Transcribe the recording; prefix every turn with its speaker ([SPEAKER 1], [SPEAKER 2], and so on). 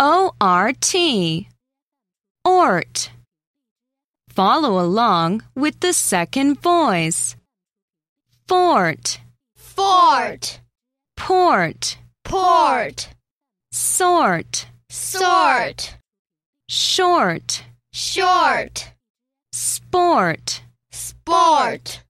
[SPEAKER 1] O R T. Ort. Follow along with the second voice. Fort,
[SPEAKER 2] fort,
[SPEAKER 1] port,
[SPEAKER 2] port,
[SPEAKER 1] sort,
[SPEAKER 2] sort,
[SPEAKER 1] short,
[SPEAKER 2] short,
[SPEAKER 1] sport.
[SPEAKER 2] sport.